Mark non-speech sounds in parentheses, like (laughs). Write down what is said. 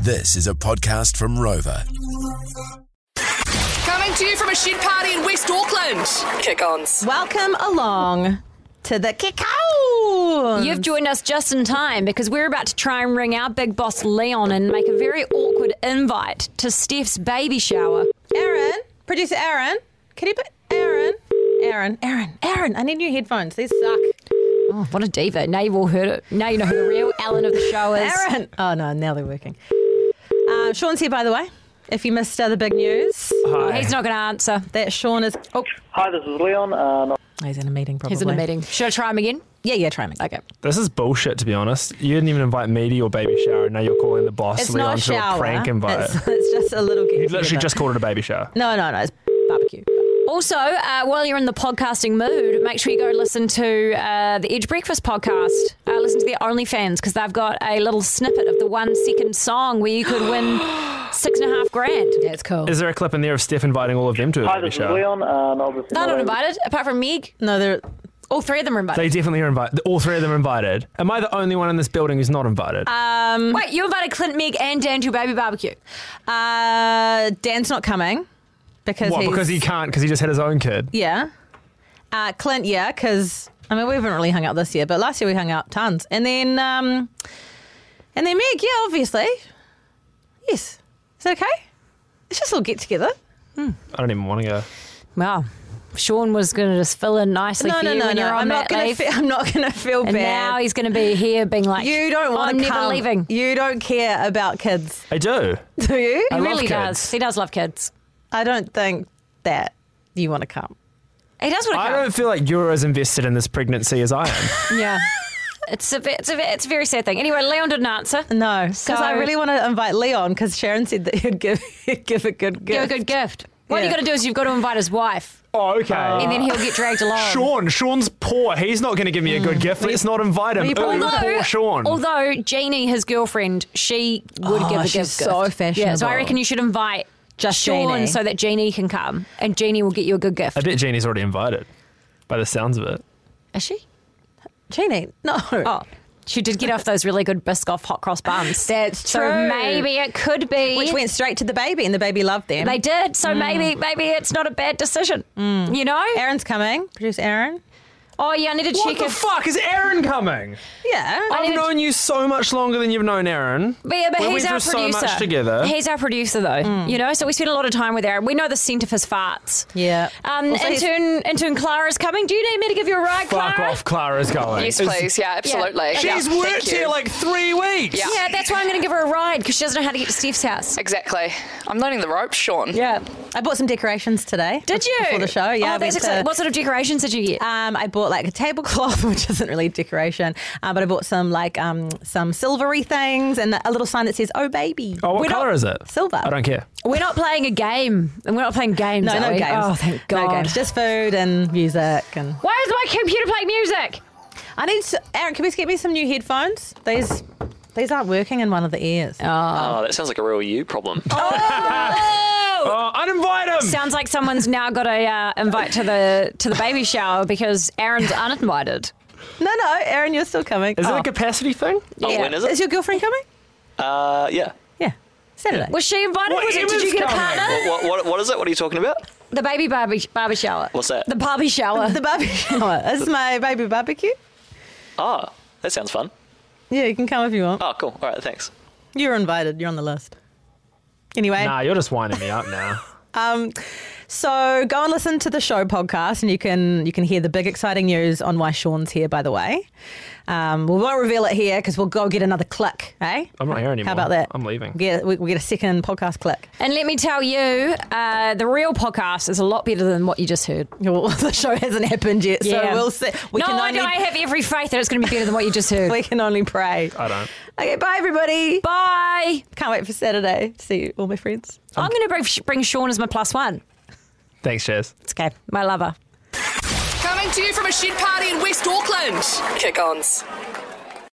This is a podcast from Rover. Coming to you from a shed party in West Auckland. Kick ons. Welcome along to the Kikau. You've joined us just in time because we're about to try and ring our big boss Leon and make a very awkward invite to Steph's baby shower. Aaron, producer Aaron, can you put Aaron, Aaron, Aaron, Aaron? I need new headphones. These suck. Oh, what a diva. Now you've all heard it. Now you know who the real Alan of the show is. Aaron. Oh no, now they're working. Uh, Sean's here, by the way. If you missed uh, the big news, He's not going to answer. that Sean is. Oh, Hi, this is Leon. Um, he's in a meeting. Probably. He's in a meeting. Should I try him again? Yeah, yeah, try me. Okay. This is bullshit, to be honest. You didn't even invite me to your baby shower, and now you're calling the boss It's Leon not a to shower. a prank invite. It's, it's just a little. you literally just called it a baby shower. No, no, no. It's barbecue. Also, uh, while you're in the podcasting mood, make sure you go listen to uh, the Edge Breakfast podcast. Uh, listen to their OnlyFans because they've got a little snippet of the one second song where you could win (gasps) six and a half grand. That's cool. Is there a clip in there of Steph inviting all of them to a hi, baby this is shower? Leon. Um, obviously They're not not invited, apart from Meg. No, they're. All three of them are invited. They definitely are invited. All three of them are invited. Am I the only one in this building who's not invited? Ah, Wait, you invited Clint, Meg, and Dan to your baby barbecue. Uh, Dan's not coming because what? he's, Because he can't? Because he just had his own kid. Yeah. Uh, Clint, yeah, because I mean we haven't really hung out this year, but last year we hung out tons. And then, um, and then Meg, yeah, obviously. Yes. Is that okay? It's just a little get together. I don't even want to go. Wow. Sean was going to just fill in nicely No, for no, you no, when no. you're on I'm not that gonna. leave. Fe- I'm not gonna feel and bad. now he's going to be here being like, you don't want I'm to never come. leaving. You don't care about kids, (laughs) I do. do you? he love really does. kids. He does love kids. I don't think that you want to come. He does want to I come. don't feel like you're as invested in this pregnancy as I (laughs) am. Yeah. it's, a, ve- it's, a, ve- it's a very sad thing. Anyway, Leon didn't answer. No, because So- I really want to invite Leon because Sharon said that he'd give (laughs) he'd give a good gift. Give a good gift. What you Yeah. got to do is you've got to invite his wife, oh, okay. Um, and then he'll get dragged along. Sean, Sean's poor. He's not going to give me a good gift. Let's not invite him. Mm. we- Ooh, Oh, poor Sean. although Jeannie, his girlfriend, she would Oh, give a she's gift. so Yeah, so fashionable. I reckon you should invite Just Sean Jeannie. so that Jeannie can come, and Jeannie will get you a good gift. I bet Jeannie's already invited, by the sounds of it. Is she? Jeannie, no. Oh, she did get off those really good Biscoff hot cross (laughs) buns. That's so true. maybe it could be. Which Mm. went straight to the baby, and the baby loved them. they did, so maybe maybe it's not a bad decision. Mm. You know? Aaron's coming. Produce Aaron. Oh yeah, I need to What check the if fuck? Is Aaron coming? Yeah. I I've need to- known you so much longer than you've known Aaron. But yeah, but we he's went our through producer. so much together. He's our producer, though. Mm. You know, so we spend a lot of time with Aaron. We know the scent of his farts. Yeah. Um, Also, he's- intern, intern Clara's coming. Do you need me to give you a ride, Fuck Clara? off, Clara's going. Yes, It's- please. Yeah, absolutely. Yeah. She's Yeah, thank worked you. here like three weeks. Yeah. Yeah, that's why I'm going to give her a ride because she doesn't know how to get to Steve's house. Exactly. I'm learning the ropes, Sean. Yeah. I bought some decorations today. Did you? Before the show, yeah. I Oh, that's went to- exciting. What sort of decorations did you get? um, I bought like a tablecloth, (laughs) which isn't really decoration, uh, but I bought some like um, some silvery things and a little sign that says "Oh baby." Oh, We're what not- colour is it? Silver. I don't care. We're not playing a game. And we're not playing games. no, are no we? games. Oh, thank God. No games. Just food and music. And Why is my computer (laughs) playing music? I need to, Aaron. Can we get me some new headphones? These these aren't working in one of the ears. Oh, that sounds like a real you problem. Oh! Oh, uninvite him. Sounds like someone's now got a uh, invite to the to the baby shower because Aaron's uninvited. No, no, Aaron, you're still coming. is Oh. it a capacity thing? Yeah. Oh, when is it? Is your girlfriend coming? Uh, yeah. Yeah, Saturday. Was she invited? What, was it? Did Emma's you get a coming? partner? What, what, what, what is it? What are you talking about? The baby barber, barber shower. What's that? The barber shower. The barbecue shower. (laughs) This is my baby barbecue. Oh, that sounds fun. Yeah, you can come if you want. Oh, cool. All right, thanks. You're invited. You're on the list. Anyway, Nah, you're just winding me (laughs) up now. um, so go and listen to the show podcast, and you can you can hear the big exciting news on why Sean's here. By the way, um, we won't reveal it here because we'll go get another click, eh? I'm not here anymore. How about that? I'm leaving. We'll get, we- we'll get a second podcast click. (laughs) and let me tell you, uh, the real podcast is a lot better than what you just heard. Well, the show hasn't happened yet, so we'll see. We no, can I, only I have every faith that it's going to be better than what you just (laughs) heard. we can only pray. I don't. Okay, bye everybody. Bye. Can't wait for Saturday to see all my friends. I'm going to bring, bring Sean as my plus one. Thanks, Chaz. It's okay. My lover. Coming to you from a shed party in West Auckland. Kick ons.